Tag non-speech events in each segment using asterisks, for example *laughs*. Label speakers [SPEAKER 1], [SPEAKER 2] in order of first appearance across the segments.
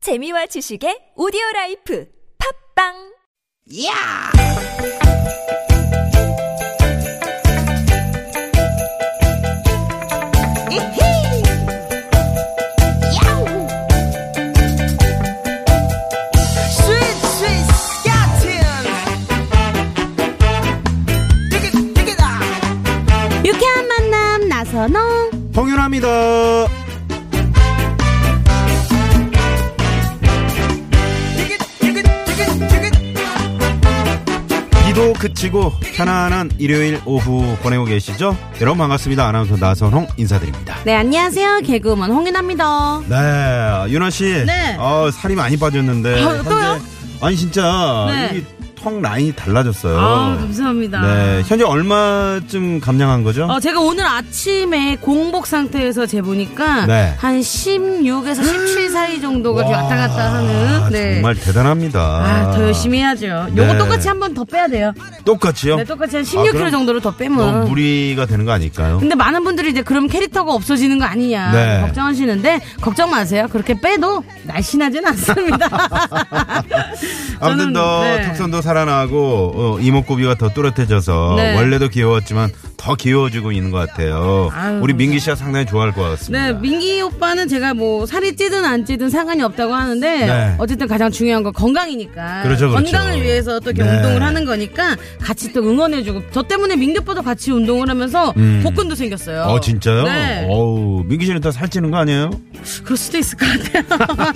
[SPEAKER 1] 재미와 지식의 오디오 라이프 팝빵
[SPEAKER 2] 야! 이히! 야우! 스윗 스윗 스캇틴! 디귿 디귿아!
[SPEAKER 3] 유쾌한 만남 나선홍
[SPEAKER 4] 홍윤아입니다.
[SPEAKER 2] 디귿 디귿 디귿 디귿
[SPEAKER 4] 이도 그치고 편안한 일요일 오후 보내고 계시죠? 여러분 반갑습니다. 아나운서 나선홍 인사드립니다.
[SPEAKER 3] 네 안녕하세요 개그우먼 홍윤아입니다
[SPEAKER 4] 네, 윤아 씨.
[SPEAKER 3] 네.
[SPEAKER 4] 어, 살이 많이 빠졌는데.
[SPEAKER 3] 아, 또요?
[SPEAKER 4] 현재- 아니 진짜
[SPEAKER 3] 네.
[SPEAKER 4] 이게 턱 라인이 달라졌어요.
[SPEAKER 3] 아 감사합니다
[SPEAKER 4] 네, 현재 얼마쯤 감량한 거죠?
[SPEAKER 3] 어, 제가 오늘 아침에 공복 상태에서 재보니까
[SPEAKER 4] 네.
[SPEAKER 3] 한 16에서 17 사이 정도가 이렇게
[SPEAKER 4] 와,
[SPEAKER 3] 왔다 갔다 하는 네.
[SPEAKER 4] 정말 대단합니다.
[SPEAKER 3] 아, 더 열심히 해야죠.
[SPEAKER 4] 네.
[SPEAKER 3] 요거 똑같이 한 번 더 빼야 돼요.
[SPEAKER 4] 똑같이요?
[SPEAKER 3] 네, 똑같이 한 16kg
[SPEAKER 4] 그럼
[SPEAKER 3] 정도로 더
[SPEAKER 4] 너무
[SPEAKER 3] 빼면.
[SPEAKER 4] 무리가 되는 거 아닐까요?
[SPEAKER 3] 근데 많은 분들이 이제 그럼 캐릭터가 없어지는 거 아니냐
[SPEAKER 4] 네.
[SPEAKER 3] 걱정하시는데 걱정 마세요. 그렇게 빼도 날씬하진 않습니다.
[SPEAKER 4] *laughs*
[SPEAKER 3] 저는,
[SPEAKER 4] 아무튼 더
[SPEAKER 3] 네.
[SPEAKER 4] 턱선도 살아나고 어, 이목구비가 더 뚜렷해져서
[SPEAKER 3] 네.
[SPEAKER 4] 원래도 귀여웠지만 더 귀여워지고 있는 것 같아요.
[SPEAKER 3] 아유,
[SPEAKER 4] 우리 민기 씨가 상당히 좋아할 것
[SPEAKER 3] 네,
[SPEAKER 4] 같습니다.
[SPEAKER 3] 민기 오빠는 제가 뭐 살이 찌든 안 찌든 상관이 없다고 하는데
[SPEAKER 4] 네.
[SPEAKER 3] 어쨌든 가장 중요한 건 건강이니까
[SPEAKER 4] 그렇죠, 그렇죠.
[SPEAKER 3] 건강을 위해서 또 이렇게
[SPEAKER 4] 네.
[SPEAKER 3] 운동을 하는 거니까 같이 또 응원해주고 저 때문에 민기 오빠도 같이 운동을 하면서 복근도 생겼어요.
[SPEAKER 4] 음. 어 진짜요?
[SPEAKER 3] 네,
[SPEAKER 4] 어우 민기 씨는 더 살찌는 거 아니에요?
[SPEAKER 3] 그럴 수도 있을 것 같아요.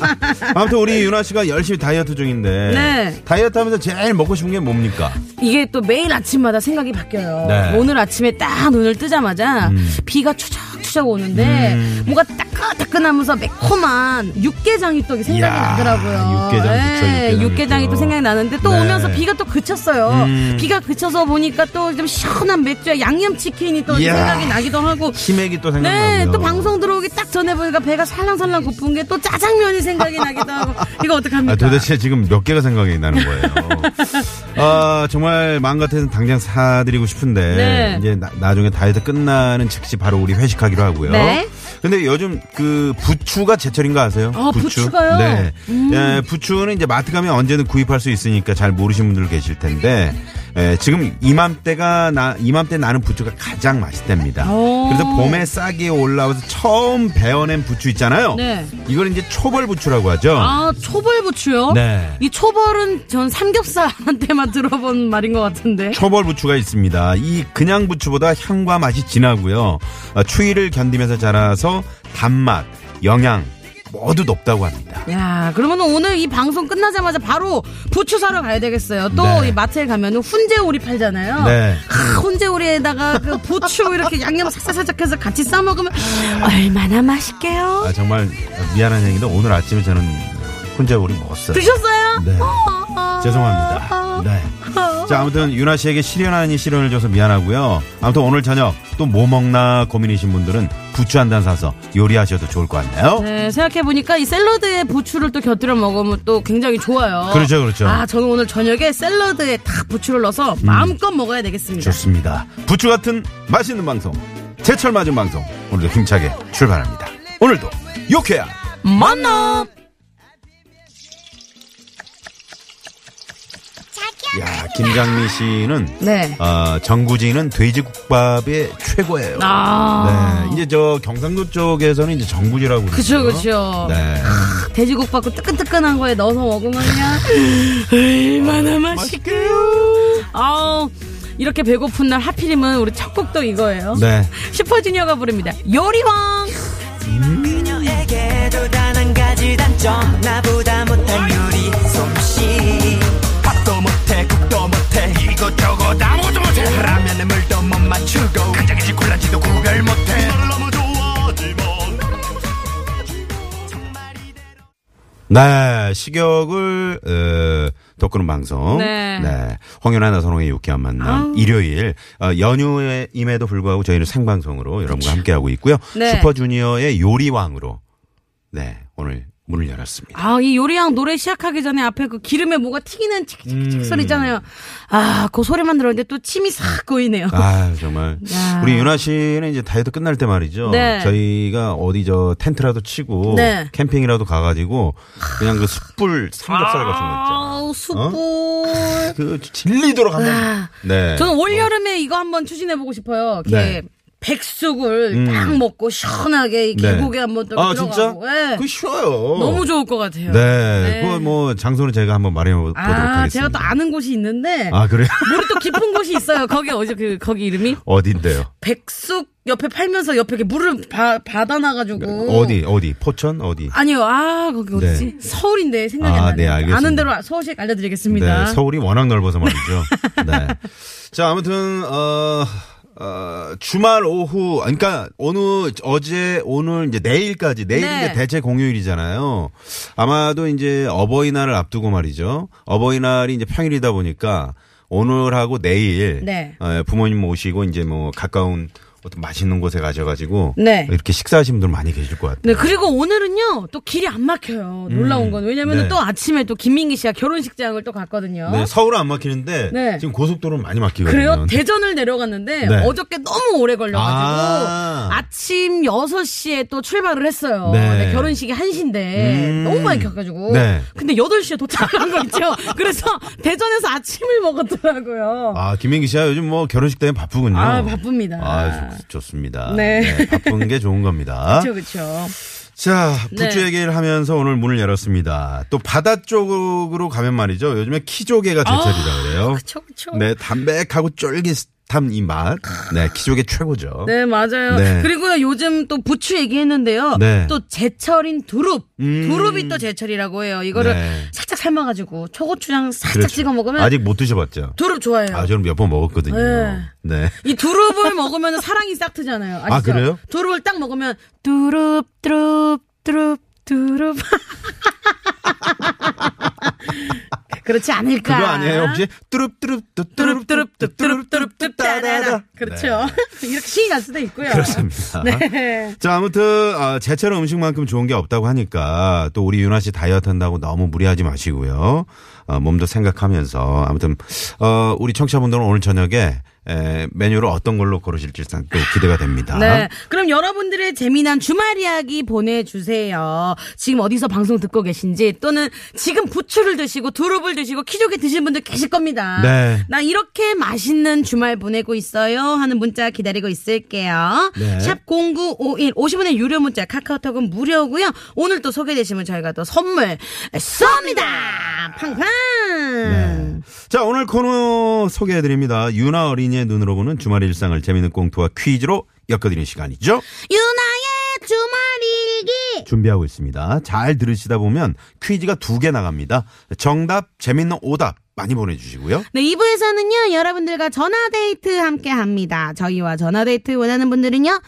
[SPEAKER 3] *laughs*
[SPEAKER 4] 아무튼 우리 윤아 씨가 열심히 다이어트 중인데
[SPEAKER 3] 네.
[SPEAKER 4] 다이어트하면서 제일 먹고 싶은 게 뭡니까?
[SPEAKER 3] 이게 또 매일 아침마다 생각이 바뀌어요.
[SPEAKER 4] 네. 음.
[SPEAKER 3] 오늘 아침에 딱 눈을 뜨자마자 비가 추적추적 오는데 뭔가 따끈따끈하면서 매콤한 육개장이 또 생각이
[SPEAKER 4] 이야,
[SPEAKER 3] 나더라고요. 네,
[SPEAKER 4] 육개장 좋죠, 육개장
[SPEAKER 3] 육개장이
[SPEAKER 4] 좋죠.
[SPEAKER 3] 또 생각이 나는데 또
[SPEAKER 4] 네.
[SPEAKER 3] 오면서 비가 또 그쳤어요.
[SPEAKER 4] 음.
[SPEAKER 3] 비가 그쳐서 보니까 또 좀 시원한 맥주에 양념치킨이 또
[SPEAKER 4] 이야.
[SPEAKER 3] 생각이 나기도 하고
[SPEAKER 4] 치맥이 또 생각나고요.
[SPEAKER 3] 네, 또 방송 들어오기 딱 전에 보니까 배가 살랑살랑 고픈 게 또 짜장면이 생각이 나기도 하고 이거 어떡합니까?
[SPEAKER 4] 아, 도대체 지금 몇 개가 생각이
[SPEAKER 3] *laughs*
[SPEAKER 4] 나는 거예요. 아, 정말 마음 같아서 당장 사드리고 싶은데
[SPEAKER 3] 네.
[SPEAKER 4] 이제 나, 중에 다이어트 끝나는 즉시 바로 우리 회식하기로 하고요.
[SPEAKER 3] 네.
[SPEAKER 4] 근데 요즘 그 부추가 제철인 거 아세요?
[SPEAKER 3] 아, 부추가요? 음.
[SPEAKER 4] 네. 예, 부추는 이제 마트 가면 언제든 구입할 수 있으니까 잘 모르신 분들 계실 텐데 예, 지금 이맘때가 나 이맘때 나는 부추가 가장 맛있답니다.
[SPEAKER 3] 오.
[SPEAKER 4] 그래서 봄에 싹이 올라와서 처음 베어낸 부추 있잖아요.
[SPEAKER 3] 네.
[SPEAKER 4] 이걸 이제 초벌 부추라고 하죠.
[SPEAKER 3] 아 초벌 부추요?
[SPEAKER 4] 네.
[SPEAKER 3] 이 초벌은 전 삼겹살한테만 *laughs* 들어본 말인 것 같은데.
[SPEAKER 4] 초벌 부추가 있습니다. 이 그냥 부추보다 향과 맛이 진하고요. 어, 추위를 견디면서 자라서 단맛, 영양 모두 높다고 합니다.
[SPEAKER 3] 야, 그러면 오늘 이 방송 끝나자마자 바로 부추 사러 가야 되겠어요. 또
[SPEAKER 4] 네.
[SPEAKER 3] 이 마트에 가면 훈제오리 팔잖아요.
[SPEAKER 4] 네.
[SPEAKER 3] 아, 훈제오리에다가 그 부추 이렇게 양념 살짝살짝 해서 같이 싸 먹으면 얼마나 맛있게요.
[SPEAKER 4] 아, 정말 미안한 얘기인데 오늘 아침에 저는 혼자 우리 먹었어요.
[SPEAKER 3] 드셨어요?
[SPEAKER 4] 네.
[SPEAKER 3] 어.
[SPEAKER 4] 죄송합니다. 네. 자, 아무튼 유나 씨에게 시련하니 시련을 줘서 미안하고요. 아무튼 오늘 저녁 또 뭐 먹나 고민이신 분들은 부추 한 단 사서 요리하셔도 좋을 것 같네요.
[SPEAKER 3] 네, 생각해보니까 이 샐러드에 부추를 또 곁들여 먹으면 또 굉장히 좋아요.
[SPEAKER 4] 그렇죠, 그렇죠.
[SPEAKER 3] 아, 저는 오늘 저녁에 샐러드에 딱 부추를 넣어서 마음껏 먹어야 되겠습니다.
[SPEAKER 4] 좋습니다. 부추 같은 맛있는 방송, 제철 맞은 방송, 오늘도 힘차게 출발합니다. 오늘도 유쾌한
[SPEAKER 3] 만남!
[SPEAKER 4] 야 김장미 씨는
[SPEAKER 3] 네.
[SPEAKER 4] 어, 정구지는 돼지국밥의 최고예요.
[SPEAKER 3] 아.
[SPEAKER 4] 네, 이제 저 경상도 쪽에서는 이제 정구지라고 그러죠.
[SPEAKER 3] 그쵸, 그쵸.
[SPEAKER 4] 어? 네.
[SPEAKER 3] 돼지국밥 그 뜨끈뜨끈한 거에 넣어서 먹으면 그냥 얼마나 맛있게요. 아우 이렇게 배고픈 날 하필이면 우리 첫 곡도 이거예요.
[SPEAKER 4] 네.
[SPEAKER 3] 슈퍼주니어가 부릅니다. 요리왕.
[SPEAKER 5] 그녀에게도 단 한 가지 단점 나보다 못한 요리 솜씨 밥도 못해 국도 못해 이것저것 아무것도 못해 라면에 물도 못 맞추고 간장인지 콜라인지도 구별 못해 너를 너무 좋아하지만 뭐.
[SPEAKER 4] 네, 식욕을 어, 돋구는 방송.
[SPEAKER 3] 네.
[SPEAKER 4] 홍윤아 나선홍의 유쾌한 만남. 일요일 어, 연휴임에도 불구하고 저희는 생방송으로 여러분과 함께하고 있고요.
[SPEAKER 3] 네.
[SPEAKER 4] 슈퍼주니어의 요리왕으로 네 오늘 문을 열었습니다.
[SPEAKER 3] 아, 이 요리왕 노래 시작하기 전에 앞에 그 기름에 뭐가 튀기는
[SPEAKER 4] 음.
[SPEAKER 3] 칙칙칙 소리 있잖아요. 아, 그 소리만 들었는데 또 침이 싹 고이네요.
[SPEAKER 4] 아 정말
[SPEAKER 3] 그 야.
[SPEAKER 4] 우리 윤아 씨는 이제 다이어트 끝날 때 말이죠.
[SPEAKER 3] 네.
[SPEAKER 4] 저희가 어디 저 텐트라도 치고
[SPEAKER 3] 네.
[SPEAKER 4] 캠핑이라도 가가지고 그냥 그 숯불 삼겹살 같은 거 있잖아.
[SPEAKER 3] 아우, 숯불.
[SPEAKER 4] 그 질리도록 한번.
[SPEAKER 3] 아.
[SPEAKER 4] 네.
[SPEAKER 3] 저는 올 여름에 이거 한번 추진해 보고 싶어요.
[SPEAKER 4] 네. 음.
[SPEAKER 3] 이렇게 백숙을 딱 먹고 시원하게 이
[SPEAKER 4] 네.
[SPEAKER 3] 계곡에 한번 또
[SPEAKER 4] 아 진짜?
[SPEAKER 3] 들어가고. 예.
[SPEAKER 4] 그거 쉬워요.
[SPEAKER 3] 너무 좋을 것 같아요.
[SPEAKER 4] 네. 그거 뭐 장소는 제가 한번 마련해 보도록
[SPEAKER 3] 아,
[SPEAKER 4] 하겠습니다.
[SPEAKER 3] 제가 또 아는 곳이 있는데
[SPEAKER 4] 아 그래요? *laughs*
[SPEAKER 3] 물이 또 깊은 곳이 있어요. 거기 어제 그 거기 이름이
[SPEAKER 4] 어딘데요?
[SPEAKER 3] 백숙 옆에 팔면서 옆에 이렇게 물을 바, 받아놔가지고
[SPEAKER 4] 어디 어디 포천 어디?
[SPEAKER 3] 아니요, 아 거기 어디지?
[SPEAKER 4] 네.
[SPEAKER 3] 서울인데 생각이
[SPEAKER 4] 아,
[SPEAKER 3] 안
[SPEAKER 4] 네,
[SPEAKER 3] 나네요.
[SPEAKER 4] 알겠습니다.
[SPEAKER 3] 아는 대로 서울식 알려드리겠습니다.
[SPEAKER 4] 네, 서울이 워낙 넓어서 말이죠. 네. *laughs* 자, 아무튼 어, 어, 주말 오후 그러니까 오늘 어제 오늘 이제 내일까지 내일
[SPEAKER 3] 네.
[SPEAKER 4] 이제 대체 공휴일이잖아요. 아마도 이제 어버이날을 앞두고 말이죠. 어버이날이 이제 평일이다 보니까 오늘하고 내일
[SPEAKER 3] 네.
[SPEAKER 4] 어, 부모님 모시고 이제 뭐 가까운 어떤 맛있는 곳에 가셔가지고
[SPEAKER 3] 네.
[SPEAKER 4] 이렇게 식사하시는 분들 많이 계실 것 같아요.
[SPEAKER 3] 네, 그리고 오늘은요, 또 길이 안 막혀요. 놀라운 건. 왜냐면
[SPEAKER 4] 네.
[SPEAKER 3] 은또 아침에 또 김민기 씨가 결혼식장을 또 갔거든요.
[SPEAKER 4] 네, 서울은 안 막히는데
[SPEAKER 3] 네.
[SPEAKER 4] 지금 고속도로는 많이 막히거든요.
[SPEAKER 3] 그래요? 대전을 내려갔는데
[SPEAKER 4] 네.
[SPEAKER 3] 어저께 너무 오래 걸려가지고
[SPEAKER 4] 아.
[SPEAKER 3] 아~ 침 6시에 또 출발을 했어요.
[SPEAKER 4] 네.
[SPEAKER 3] 근데 결혼식이 1시인데
[SPEAKER 4] 음.
[SPEAKER 3] 너무 많이 켜가지고
[SPEAKER 4] 네.
[SPEAKER 3] 근데 8시에 도착한 거 있죠. *laughs* 그래서 대전에서 아침을 먹었더라고요.
[SPEAKER 4] 아, 김민기 씨가 요즘 뭐 결혼식 때문에 바쁘군요.
[SPEAKER 3] 아, 바쁩니다.
[SPEAKER 4] 아, 좋- 좋습니다. 네.
[SPEAKER 3] 네.
[SPEAKER 4] 바쁜 게 좋은 겁니다.
[SPEAKER 3] 그렇죠, 그렇죠.
[SPEAKER 4] 자,
[SPEAKER 3] 네.
[SPEAKER 4] 부주 얘기를 하면서 오늘 문을 열었습니다. 또 바다 쪽으로 가면 말이죠. 요즘에 키조개가 제철이라 그래요.
[SPEAKER 3] 아, 그쵸, 그쵸.
[SPEAKER 4] 네, 담백하고 쫄깃한 이 맛. 네, 키조개 최고죠.
[SPEAKER 3] 네, 맞아요.
[SPEAKER 4] 네.
[SPEAKER 3] 그리고요, 요즘 또 부추 얘기했는데요.
[SPEAKER 4] 네.
[SPEAKER 3] 또 제철인 두릅.
[SPEAKER 4] 음.
[SPEAKER 3] 두릅이 또 제철이라고 해요. 이거를
[SPEAKER 4] 네.
[SPEAKER 3] 살짝 삶아가지고 초고추장 살짝
[SPEAKER 4] 그렇죠.
[SPEAKER 3] 찍어 먹으면
[SPEAKER 4] 아직 못 드셔봤죠?
[SPEAKER 3] 두릅 좋아해요.
[SPEAKER 4] 아, 저는 몇 번 먹었거든요.
[SPEAKER 3] 네.
[SPEAKER 4] 네.
[SPEAKER 3] 이 두릅을 먹으면 사랑이 싹 트잖아요. 아시죠?
[SPEAKER 4] 아, 그래요?
[SPEAKER 3] 두릅을 딱 먹으면 두릅, 두릅, 두릅, 두릅. *laughs* 그렇지 않을까.
[SPEAKER 4] 그거 아니에요, 혹시? 뚜룹뚜룹,
[SPEAKER 3] 두릅, 두릅,
[SPEAKER 4] 뚜뚜룹뚜룹,
[SPEAKER 3] 두릅, 두릅, 두릅, 두릅, 따다다. 그렇죠. *laughs* 이렇게 신이 날 수도 있고요.
[SPEAKER 4] 네. 그렇습니다.
[SPEAKER 3] 네.
[SPEAKER 4] 자, 아무튼 아, 제철 음식만큼 좋은 게 없다고 하니까 또 우리 윤아 씨 다이어트 한다고 너무 무리하지 마시고요. 어, 몸도 생각하면서 아무튼 어, 우리 청취자분들은 오늘 저녁에 에, 메뉴를 어떤 걸로 고르실지 일단 또 기대가 됩니다.
[SPEAKER 3] 네. 그럼 여러분들의 재미난 주말 이야기 보내주세요. 지금 어디서 방송 듣고 계신지 또는 지금 부추를 드시고 두릅을 드시고 키조개 드신 분들 계실 겁니다.
[SPEAKER 4] 네.
[SPEAKER 3] 나 이렇게 맛있는 주말 보내고 있어요 하는 문자 기다리고 있을게요.
[SPEAKER 4] 네.
[SPEAKER 3] 샵 0951 50원의 유료 문자 카카오톡은 무료고요. 오늘 또 소개되시면 저희가 또 선물 쏩니다. 팡팡.
[SPEAKER 4] 네. 자, 오늘 코너 소개해 드립니다. 윤아 어린이의 눈으로 보는 주말 일상을 재미있는 꽁트와 퀴즈로 엮어드리는 시간이죠.
[SPEAKER 3] 유나의 주말 일기.
[SPEAKER 4] 준비하고 있습니다. 잘 들으시다 보면 퀴즈가 두 개 나갑니다. 정답, 재밌는 오답 많이 보내주시고요.
[SPEAKER 3] 네, 2부에서는요, 여러분들과 전화데이트 함께 합니다. 저희와 전화데이트 원하는 분들은요,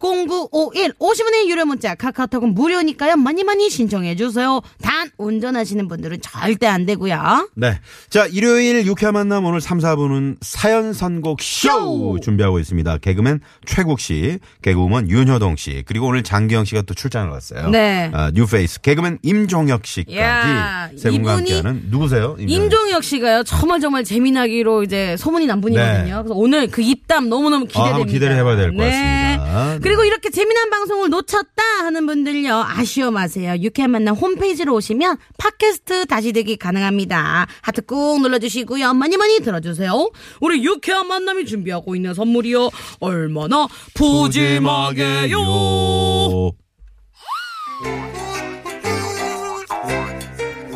[SPEAKER 3] 샵0951, 50원의 유료 문자, 카카오톡은 무료니까요, 많이 많이 신청해주세요. 단, 운전하시는 분들은 절대 안 되고요.
[SPEAKER 4] 네. 자, 일요일 유쾌한 만남 오늘 3, 4부는 사연 선곡 쇼
[SPEAKER 3] 쇼!
[SPEAKER 4] 준비하고 있습니다. 개그맨 최국 씨, 개그우먼 윤효동 씨, 그리고 오늘 장기영 씨가 또 출장을 갔어요.
[SPEAKER 3] 네.
[SPEAKER 4] 아, 뉴페이스 개그맨 임종혁 씨까지
[SPEAKER 3] 야,
[SPEAKER 4] 세 분과
[SPEAKER 3] 이분이
[SPEAKER 4] 함께하는 누구세요?
[SPEAKER 3] 임종혁 씨가요, 정말 정말 재미나기로 이제 소문이 난 분이거든요.
[SPEAKER 4] 네.
[SPEAKER 3] 그래서 오늘 그 입담 너무너무
[SPEAKER 4] 아,
[SPEAKER 3] 기대됩니다. 네.
[SPEAKER 4] 한번 기대를 해봐야 될것 같습니다. 네.
[SPEAKER 3] 그리고 이렇게 재미난 방송을 놓쳤다 하는 분들요, 아쉬워 마세요. 유쾌한 만남 홈페이지로 오시면 팟캐스트 다시 듣기 가능합니다. 하트 꾹 눌러주시고요. 많이 많이 들어주세요. 우리 유쾌한 만남이 준비하고 있는 선물이요. 얼마나 푸짐하게요.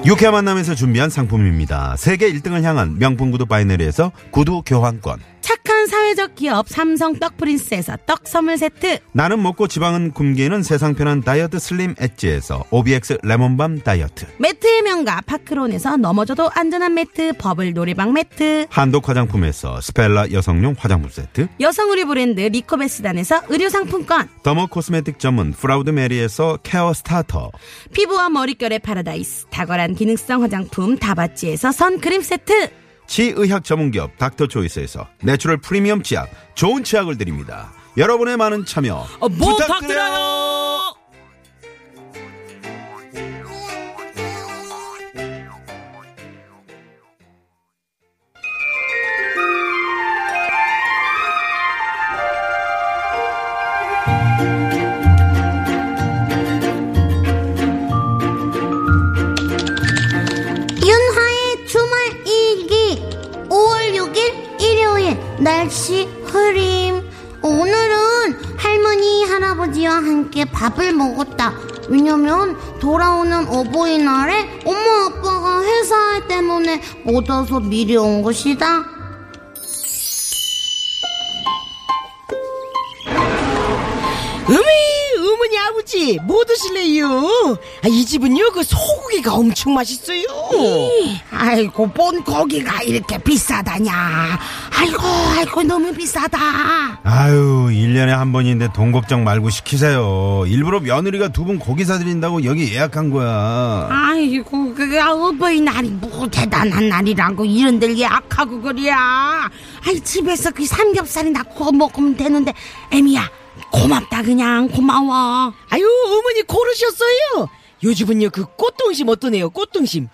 [SPEAKER 4] 유쾌한 만남에서 준비한 상품입니다. 세계 1등을 향한 명품 구두 바이네리에서 구두 교환권.
[SPEAKER 3] 착한 사회적 기업 삼성 떡 프린스에서 떡 선물 세트.
[SPEAKER 4] 나는 먹고 지방은 굶기는 세상 편한 다이어트 슬림 엣지에서 OBX 레몬밤 다이어트.
[SPEAKER 3] 매트의 명가 파크론에서 넘어져도 안전한 매트 버블 놀이방 매트
[SPEAKER 4] 한독 화장품에서 스펠라 여성용 화장품 세트.
[SPEAKER 3] 여성 의류 브랜드 리코베스단에서 의류 상품권
[SPEAKER 4] 더머 코스메틱 전문 프라우드 메리에서 케어 스타터.
[SPEAKER 3] 피부와 머릿결의 파라다이스 탁월한 기능성 화장품 다바찌에서 선크림 세트
[SPEAKER 4] 치의학 전문기업 닥터초이스에서 내추럴 프리미엄 치약, 좋은 치약을 드립니다. 여러분의 많은 참여 부탁드려요.
[SPEAKER 3] 부탁드려요
[SPEAKER 6] 날씨 흐림. 오늘은 할머니, 할아버지와 함께 밥을 먹었다. 왜냐면 돌아오는 어버이날에 엄마 아빠가 회사 때문에 못 와서 미리 온 것이다.
[SPEAKER 7] 어미 어머니 아버지 뭐 드실래요? 아, 이 집은요 그 소고기가 엄청 맛있어요.
[SPEAKER 3] 아이고 본 고기가 이렇게 비싸다냐 아이고 아이고 너무 비싸다
[SPEAKER 4] 아유, 1년에 한 번인데 돈 걱정 말고 시키세요. 일부러 며느리가 두 분 고기 사드린다고 여기 예약한
[SPEAKER 3] 아.
[SPEAKER 4] 거야.
[SPEAKER 3] 아이고 그게 어버이날이 뭐 대단한 날이라고 이런 들 예약하고 그래야 아이 집에서 그 삼겹살이나 구워 먹으면 되는데 애미야 고맙다 그냥 고마워
[SPEAKER 7] 아유 어머니 고르셨어요. 요즘은요 그 꽃등심 어떠네요 꽃등심.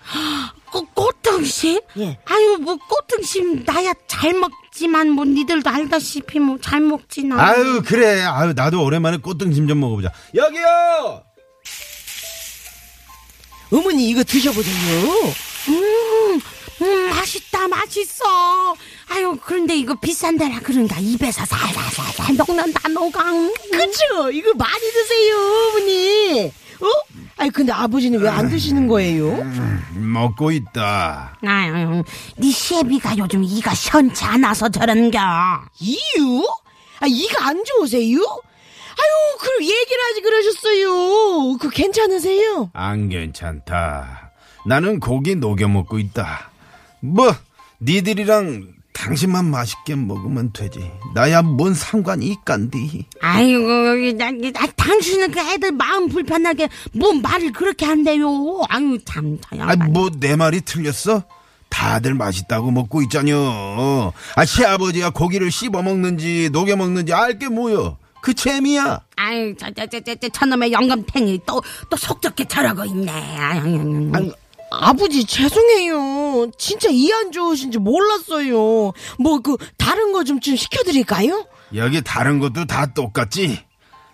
[SPEAKER 3] 그 꽃, 꽃등심?
[SPEAKER 7] 예.
[SPEAKER 3] 아유 뭐 꽃등심 나야 잘 먹지만 뭐 니들도 알다시피 뭐 잘 먹지 나
[SPEAKER 4] 아유, 그래. 아유, 나도 오랜만에 꽃등심 좀 먹어보자. 여기요!
[SPEAKER 7] 어머니 이거 드셔보세요.
[SPEAKER 3] 음, 음, 맛있다, 맛있어. 아유, 그런데 이거 비싼 데라 그런가. 입에서 살살살살 녹는다, 녹아. 음.
[SPEAKER 7] 그쵸? 이거 많이 드세요 어머니. 어? 아니 근데 아버지는 왜 안 드시는 거예요?
[SPEAKER 4] 먹고 있다.
[SPEAKER 3] 아유, 니 시애비가 요즘 이가 시원치 않아서 저런겨.
[SPEAKER 7] 이유? 아 이가 안 좋으세요? 아유 그럼 얘기를 하지 그러셨어요. 그 괜찮으세요?
[SPEAKER 4] 안 괜찮다. 나는 고기 녹여 먹고 있다. 뭐, 니들이랑 당신만 맛있게 먹으면 되지. 나야 뭔 상관이 있간디.
[SPEAKER 3] 아이고, 나, 나, 당신은 그 애들 마음 불편하게 뭔 말을 그렇게 한대요. 아유, 참, 저
[SPEAKER 4] 아,
[SPEAKER 3] 양반.
[SPEAKER 4] 뭐, 내 말이 틀렸어? 다들 맛있다고 먹고 있자녀. 아, 시아버지가 고기를 씹어 먹는지, 녹여 먹는지 알게 뭐여. 그 재미야.
[SPEAKER 3] 아유, 저, 저, 저, 저, 저, 저놈의 영감탱이 또, 또 속적게 저러고 있네. 아유, 아유, 아유.
[SPEAKER 7] 아버지 죄송해요. 진짜 이 안 좋으신지 몰랐어요. 뭐 그 다른 거 좀 좀 시켜드릴까요?
[SPEAKER 4] 여기 다른 것도 다 똑같지?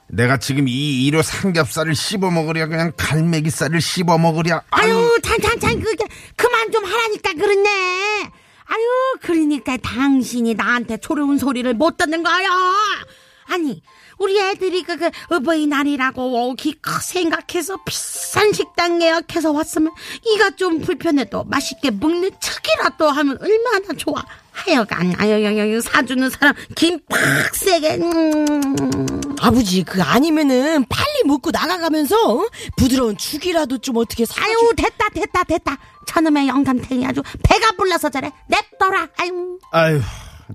[SPEAKER 4] 내가 지금 이 이로 삼겹살을 씹어 먹으랴 그냥 갈매기살을 씹어 먹으랴 아유
[SPEAKER 3] 아유, 찬찬찬, 그게, 그만 좀 하라니까 그렇네. 아유, 그러니까 당신이 나한테 초려운 소리를 못 듣는 거야. 아니, 우리 애들이 그, 그, 어버이날이라고 기껏 생각해서 비싼 식당 예약해서 왔으면 이가 좀 불편해도 맛있게 먹는 척이라도 하면 얼마나 좋아. 하여간, 아유여유 사주는 사람 김 빡세게, 음.
[SPEAKER 7] 아버지 그 아니면은 빨리 먹고 나가가면서 어? 부드러운 죽이라도 좀 어떻게 사.
[SPEAKER 3] 아유, 됐다, 됐다, 됐다. 저놈의 영감탱이 아주 배가 불러서 저래. 냅둬라, 아유.
[SPEAKER 4] 아유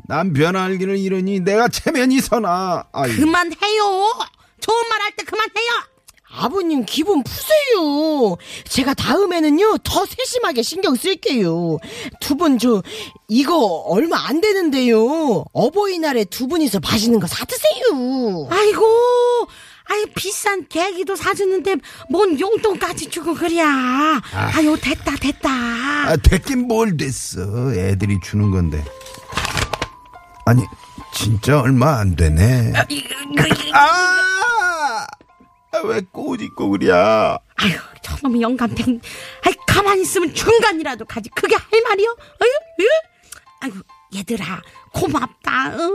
[SPEAKER 4] 남편 알기를 이러니 내가 체면이 서나 아유
[SPEAKER 3] 그만해요. 좋은 말 할 때 그만해요.
[SPEAKER 7] 아버님 기분 푸세요. 제가 다음에는요 더 세심하게 신경 쓸게요. 두 분 저 이거 얼마 안 되는데요. 어버이날에 두 분이서 맛있는 거 사 드세요.
[SPEAKER 3] 아이고, 아이 비싼 계기도 사주는데 뭔 용돈까지 주고 그래야. 아유, 됐다, 됐다.
[SPEAKER 4] 아, 됐긴 뭘 됐어 애들이 주는 건데 아니 진짜 얼마 안 되네 아! 아왜 꼬집고 그랴
[SPEAKER 3] 아유, 저놈의 영감탱이. 아이, 가만히 있으면 중간이라도 가지. 그게 할 말이요? 아유, 예? 아이고, 얘들아, 고맙다. 어?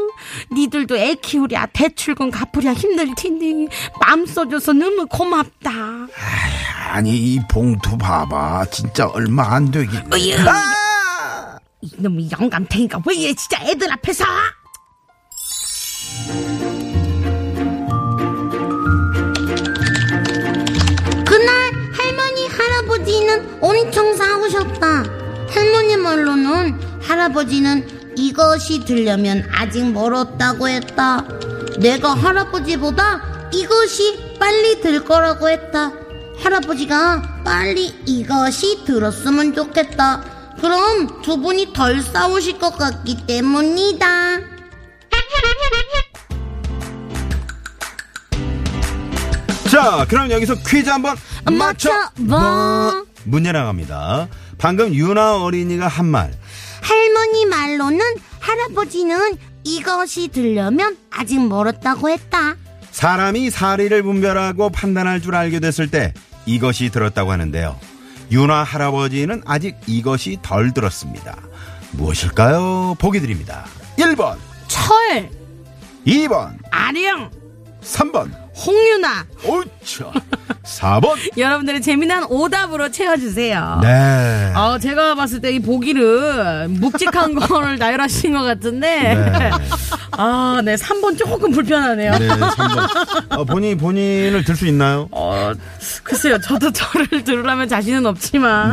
[SPEAKER 3] 니들도 애 키우랴, 대출금 갚으랴 힘들 텐데, 맘 써줘서 너무 고맙다.
[SPEAKER 4] 아니 이 봉투 봐봐 진짜 얼마 안 되긴
[SPEAKER 3] 이놈의 영감탱이가 왜 이래 진짜 애들 앞에서
[SPEAKER 6] 그날 할머니 할아버지는 엄청 싸우셨다. 할머니 말로는 할아버지는 이것이 들려면 아직 멀었다고 했다. 내가 할아버지보다 이것이 빨리 들 거라고 했다. 할아버지가 빨리 이것이 들었으면 좋겠다. 그럼 두 분이 덜 싸우실 것 같기 때문이다.
[SPEAKER 4] 자, 그럼 여기서 퀴즈 한번 맞춰. 뭐?
[SPEAKER 6] 맞춰봐.
[SPEAKER 4] 문제 나갑니다. 방금 유나 어린이가 한 말.
[SPEAKER 6] 할머니 말로는 할아버지는 이것이 들려면 아직 멀었다고 했다.
[SPEAKER 4] 사람이 사리를 분별하고 판단할 줄 알게 됐을 때 이것이 들었다고 하는데요. 유나 할아버지는 아직 이것이 덜 들었습니다. 무엇일까요? 보기 드립니다. 1번
[SPEAKER 3] 철,
[SPEAKER 4] 2번,
[SPEAKER 3] 아령,
[SPEAKER 4] 3번,
[SPEAKER 3] 홍유나.
[SPEAKER 4] 오차, 4번.
[SPEAKER 3] 여러분들의 재미난 오답으로 채워주세요.
[SPEAKER 4] 네.
[SPEAKER 3] 아, 제가 봤을 때 이 보기를
[SPEAKER 4] *laughs*
[SPEAKER 3] 묵직한 거를 나열하신 것 같은데.
[SPEAKER 4] 네.
[SPEAKER 3] 아, 네. 3번 조금 불편하네요.
[SPEAKER 4] 네, 3번. 어, 본인, 본인을 들 수 있나요?
[SPEAKER 3] 어, 글쎄요. 저도 *laughs* 저를 들으려면 자신은 없지만.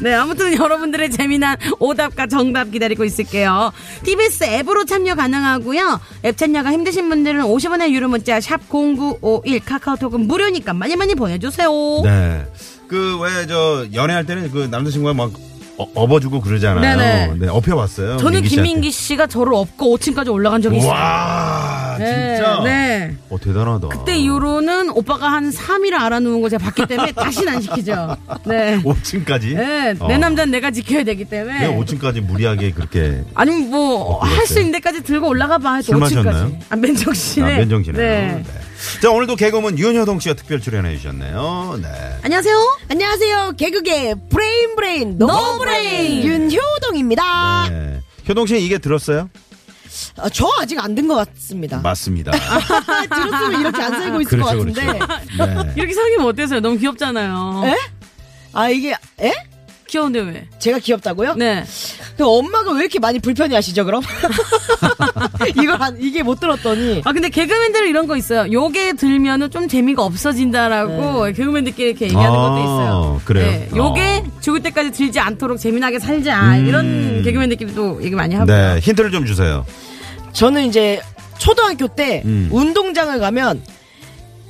[SPEAKER 4] 네.
[SPEAKER 3] 아무튼 여러분들의 재미난 오답과 정답 기다리고 있을게요. TBS 앱으로 참여 가능하고요. 앱 참여가 힘드신 분들은 50원의 유료 문자 샵 0951 카카오톡은 무료니까 많이 많이 보내주세요.
[SPEAKER 4] 네. 그, 왜, 저, 연애할 때는 그 남자친구가 막 어, 업어주고 그러잖아요.
[SPEAKER 3] 네네.
[SPEAKER 4] 네, 업혀봤어요.
[SPEAKER 3] 저는
[SPEAKER 4] 민기 씨한테.
[SPEAKER 3] 김민기 씨가 저를 업고 5층까지 올라간 적이 있어요.
[SPEAKER 4] 와,
[SPEAKER 3] 네,
[SPEAKER 4] 진짜.
[SPEAKER 3] 네.
[SPEAKER 4] 어, 대단하다.
[SPEAKER 3] 그때 이후로는 오빠가 한 3일을 알아놓은 거 제가 봤기 때문에 다시는 안 시키죠. 네.
[SPEAKER 4] 5층까지? 어.
[SPEAKER 3] 네, 내 남자는 네. 내가 지켜야 되기 때문에.
[SPEAKER 4] 왜 5층까지 무리하게 그렇게.
[SPEAKER 3] 아니 뭐 할 수
[SPEAKER 4] 그랬어요?
[SPEAKER 3] 있는 데까지 들고 올라가 봐 해서
[SPEAKER 4] 술
[SPEAKER 3] 5층까지.
[SPEAKER 4] 마셨나요?
[SPEAKER 3] 아, 맨정신에.
[SPEAKER 4] 아, 면정신에.
[SPEAKER 3] 네.
[SPEAKER 4] 자, 오늘도 개그맨 윤효동 씨가 특별 출연해 주셨네요. 네.
[SPEAKER 3] 안녕하세요.
[SPEAKER 7] 안녕하세요. 개그계 브레인 브레인 노브레인 윤효동입니다.
[SPEAKER 3] 아.
[SPEAKER 4] 네. 효동 씨 이게 들었어요?
[SPEAKER 7] 아, 저 아직 안 든 것 같습니다. *laughs*
[SPEAKER 4] 맞습니다.
[SPEAKER 3] 아.
[SPEAKER 7] 들었으면 이렇게 안 살고 있을 것 같은데.
[SPEAKER 4] 네.
[SPEAKER 3] 이렇게 사귀면 어때서요? 너무 귀엽잖아요.
[SPEAKER 7] 에? 아 이게 에?
[SPEAKER 3] 귀여운데 왜?
[SPEAKER 7] 제가 귀엽다고요?
[SPEAKER 3] 네.
[SPEAKER 7] 그 엄마가 왜 이렇게 많이 불편해하시죠 그럼? *laughs* 이걸 안, 이게 못 들었더니
[SPEAKER 3] 아 근데 개그맨들은 이런 거 있어요. 요게 들면은 좀 재미가 없어진다라고 개그맨들끼리 이렇게 얘기하는 것도
[SPEAKER 4] 아,
[SPEAKER 3] 있어요.
[SPEAKER 4] 그래요? 아.
[SPEAKER 3] 네, 요게 죽을 때까지 들지 않도록 재미나게 살자 이런 개그맨들끼리도 얘기 많이 하고.
[SPEAKER 4] *laughs* 음. 네, 힌트를 좀 주세요.
[SPEAKER 7] 저는 이제 초등학교 때
[SPEAKER 4] 음.
[SPEAKER 7] 운동장을 가면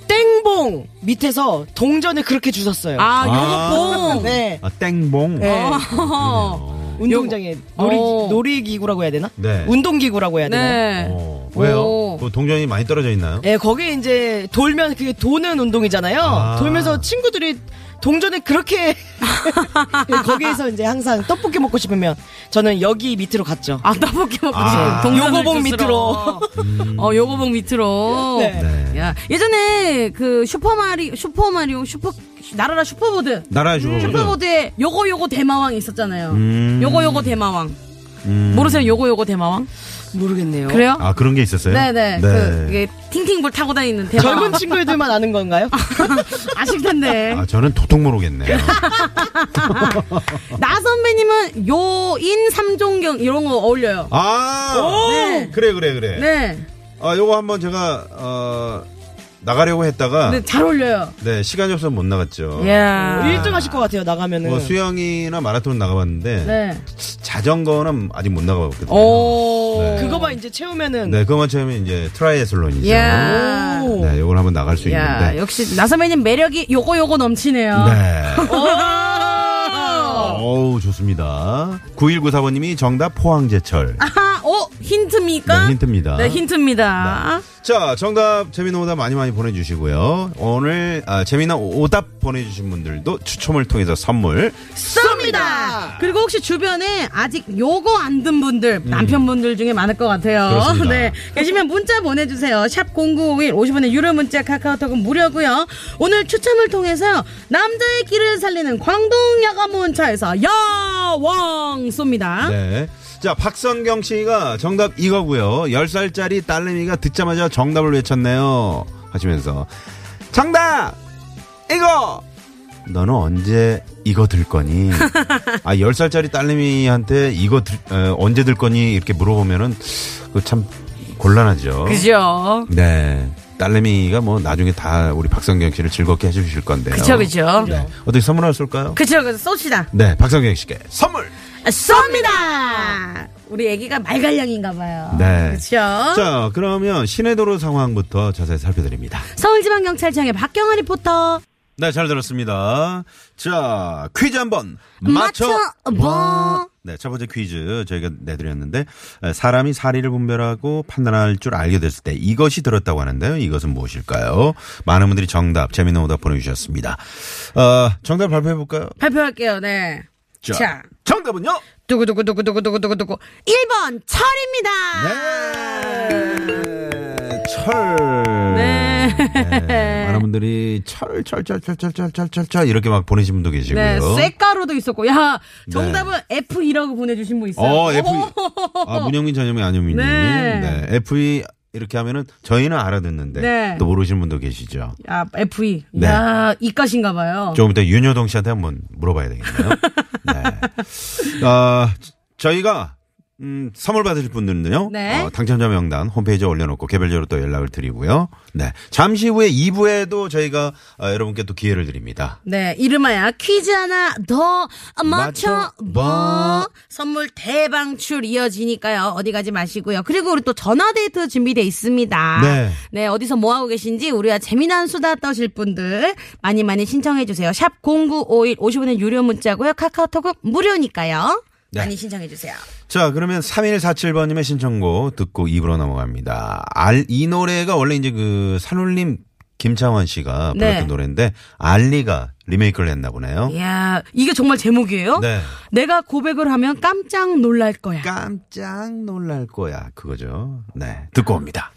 [SPEAKER 7] 땡봉 밑에서 동전을 그렇게 주셨어요.
[SPEAKER 3] 아
[SPEAKER 4] 아.
[SPEAKER 3] 요거 뽕.
[SPEAKER 7] 네.
[SPEAKER 4] 아, 땡봉.
[SPEAKER 7] 네.
[SPEAKER 4] 그러네요.
[SPEAKER 7] 운동장에 놀이
[SPEAKER 3] 어.
[SPEAKER 7] 놀이기구라고 해야 되나?
[SPEAKER 4] 네.
[SPEAKER 7] 운동기구라고 해야 되나?
[SPEAKER 3] *laughs* 네.
[SPEAKER 4] 어, 왜요?
[SPEAKER 3] 오. 네.
[SPEAKER 4] 그 동전이 많이 떨어져 있나요?
[SPEAKER 7] 예, 거기에 이제 돌면 그게 도는 운동이잖아요.
[SPEAKER 4] 아.
[SPEAKER 7] 돌면서 친구들이 동전을 그렇게 *laughs* 예, 거기에서 이제 항상 떡볶이 먹고 싶으면 저는 여기 밑으로 갔죠.
[SPEAKER 3] 아, 떡볶이 먹고
[SPEAKER 4] 아.
[SPEAKER 3] 지금 동전을
[SPEAKER 7] 요거봉
[SPEAKER 3] 주스러.
[SPEAKER 7] 밑으로.
[SPEAKER 3] 어, 요거봉 밑으로.
[SPEAKER 7] 네.
[SPEAKER 4] 네.
[SPEAKER 3] 야, 예전에 그 슈퍼마리, 슈퍼마리오, 슈퍼, 나라라 음, 슈퍼보드.
[SPEAKER 4] 나라의 주거거든.
[SPEAKER 3] 슈퍼보드에 요거 요거 대마왕 있었잖아요.
[SPEAKER 4] 음.
[SPEAKER 3] 요거 요거 대마왕.
[SPEAKER 4] 음.
[SPEAKER 3] 모르세요? 요거 요거 대마왕?
[SPEAKER 7] 모르겠네요.
[SPEAKER 3] 그래요?
[SPEAKER 4] 아, 그런 게 있었어요?
[SPEAKER 3] 네네. 그, 이게 팅팅볼 타고 다니는 대마왕.
[SPEAKER 7] 젊은 친구들만 아는 건가요?
[SPEAKER 3] *laughs* 아실 텐데.
[SPEAKER 4] 아, 저는 도통 모르겠네요.
[SPEAKER 3] *laughs* 나 선배님은 요인 삼종경 이런 거 어울려요.
[SPEAKER 4] 아!
[SPEAKER 3] 네.
[SPEAKER 4] 그래, 그래, 그래.
[SPEAKER 3] 네.
[SPEAKER 4] 아, 요거 한번 제가, 어, 나가려고 했다가,
[SPEAKER 3] 네, 예.
[SPEAKER 4] 네,
[SPEAKER 3] 잘 어울려요.
[SPEAKER 4] 시간이 없어서 못 나갔죠.
[SPEAKER 3] 이야.
[SPEAKER 7] 1등 하실 것 같아요, 나가면은.
[SPEAKER 4] 뭐 수영이나 마라톤 나가봤는데,
[SPEAKER 3] 네. 어,
[SPEAKER 4] 자전거는 아직 못 나가봤거든요.
[SPEAKER 3] 오.
[SPEAKER 7] 그거만 이제 채우면은.
[SPEAKER 4] 네, 그것만 처음에 이제 트라이애슬론이죠.
[SPEAKER 3] 이야.
[SPEAKER 7] 오.
[SPEAKER 4] 네, 요걸 한번 나갈 수
[SPEAKER 3] 예. 야,
[SPEAKER 4] 있는데.
[SPEAKER 3] 역시 나선배님 매력이 요거 요거 넘치네요. 어.
[SPEAKER 4] 네.
[SPEAKER 3] 오.
[SPEAKER 4] 어우, 좋습니다. 9194번님이 정답 포항제철.
[SPEAKER 3] 아하, 어, 힌트입니까?
[SPEAKER 4] 네, 힌트입니다. 네.
[SPEAKER 3] 네, 힌트입니다.
[SPEAKER 4] 자, 정답, 재미난 오답 많이 많이 보내주시고요. 오늘, 아, 재미난 오답 보내주신 분들도 추첨을 통해서 선물.
[SPEAKER 3] 쏩니다. 그리고 혹시 주변에 아직 요거 안 든 분들, 남편분들 중에 많을 것 같아요.
[SPEAKER 4] 음. 그렇습니다.
[SPEAKER 3] 네. 계시면 문자 보내주세요. 샵 0951, 50원의 유료 문자, 카카오톡은 무료고요 오늘 추첨을 통해서 남자의 끼를 살리는 광동 야가문차에서 야왕 쏩니다.
[SPEAKER 4] 네. 자, 박선경 씨가 정답 이거고요. 10살짜리 딸내미가 듣자마자 정답을 외쳤네요. 하시면서. 정답! 이거! 너는 언제 이거 들
[SPEAKER 3] *laughs*
[SPEAKER 4] 거니? 아, 10살짜리 딸내미한테 이거 들, 에, 언제 들 거니? 이렇게 물어보면은, 그 참, 곤란하죠.
[SPEAKER 3] 그죠?
[SPEAKER 4] 네. 딸내미가 뭐 나중에 다 우리 박성경 씨를 즐겁게 해주실 건데요.
[SPEAKER 3] 그쵸, 그쵸.
[SPEAKER 4] 네. 어떻게 선물할 쏠까요?
[SPEAKER 3] 그쵸, 그래서 쏩시다.
[SPEAKER 4] 네, 박성경 씨께 선물.
[SPEAKER 3] 쏩니다. 우리 아기가 말갈량인가 봐요.
[SPEAKER 4] 네.
[SPEAKER 3] 그렇죠.
[SPEAKER 4] 자, 그러면 시내도로 상황부터 자세히 살펴드립니다.
[SPEAKER 3] 서울지방경찰청의 박경아 리포터.
[SPEAKER 4] 네, 잘 들었습니다. 자, 퀴즈 한번 맞춰.
[SPEAKER 6] 맞춰봐.
[SPEAKER 4] 네, 첫 번째 퀴즈 저희가 내드렸는데 에, 사람이 사리를 분별하고 판단할 줄 알게 됐을 때 이것이 들었다고 하는데요. 이것은 무엇일까요? 많은 분들이 정답 재미있는 오답 보내주셨습니다. 어, 정답 발표해 볼까요?
[SPEAKER 3] 발표할게요. 네. 자.
[SPEAKER 4] 정답은요?
[SPEAKER 3] 두구두구두구두구두구두구두구. 1번 철입니다.
[SPEAKER 4] 네, 예, 철.
[SPEAKER 3] 네.
[SPEAKER 4] 네, 많은 분들이 철철철철철철철철철 이렇게 막 보내신 분도 계시고요. 네.
[SPEAKER 3] 네, 쇳가루도 있었고, 야, 정답은 F2라고 보내주신 분 있어요. *laughs*
[SPEAKER 4] 어, F.
[SPEAKER 3] 어허허허허.
[SPEAKER 4] 아, 문영민 전현미 안효민님.
[SPEAKER 3] 네.
[SPEAKER 4] 네. FE 이렇게 하면은 저희는 알아듣는데
[SPEAKER 3] 네.
[SPEAKER 4] 또 모르시는 분도 계시죠.
[SPEAKER 3] 야, F2.
[SPEAKER 4] 네.
[SPEAKER 3] 야, 이과신가 봐요.
[SPEAKER 4] 조금 이따 윤효동 씨한테 한번 물어봐야 되겠네요. 네. 아, 저희가 음, 선물 받으실 분들은요.
[SPEAKER 3] 네.
[SPEAKER 4] 어, 당첨자 명단 홈페이지에 올려놓고 개별적으로 또 연락을 드리고요. 네. 잠시 후에 2부에도 저희가 아, 여러분께 또 기회를 드립니다.
[SPEAKER 3] 네, 이름하여 퀴즈 하나 더 맞춰봐.
[SPEAKER 4] 맞춰봐.
[SPEAKER 3] 선물 대방출 이어지니까요. 어디 가지 마시고요. 그리고 우리 또 전화데이트 준비돼 있습니다.
[SPEAKER 4] 네.
[SPEAKER 3] 어디서 뭐하고 계신지 우리와 재미난 수다 떠실 분들 많이 많이 신청해주세요. 샵 0951 50원의 유료 문자고요. 카카오톡은 무료니까요.
[SPEAKER 4] 네.
[SPEAKER 3] 많이 신청해주세요.
[SPEAKER 4] 자, 그러면 3147번님의 신청곡 듣고 2부로 넘어갑니다. 알, 이 노래가 원래 이제 그 산울림 김창원 씨가
[SPEAKER 3] 네.
[SPEAKER 4] 불렀던 노래인데 알리가 리메이크를 했나 보네요.
[SPEAKER 3] 이야, 이게 정말 제목이에요?
[SPEAKER 4] 네.
[SPEAKER 3] 내가 고백을 하면 깜짝 놀랄 거야.
[SPEAKER 4] 깜짝 놀랄 거야. 그거죠. 네. 듣고 옵니다.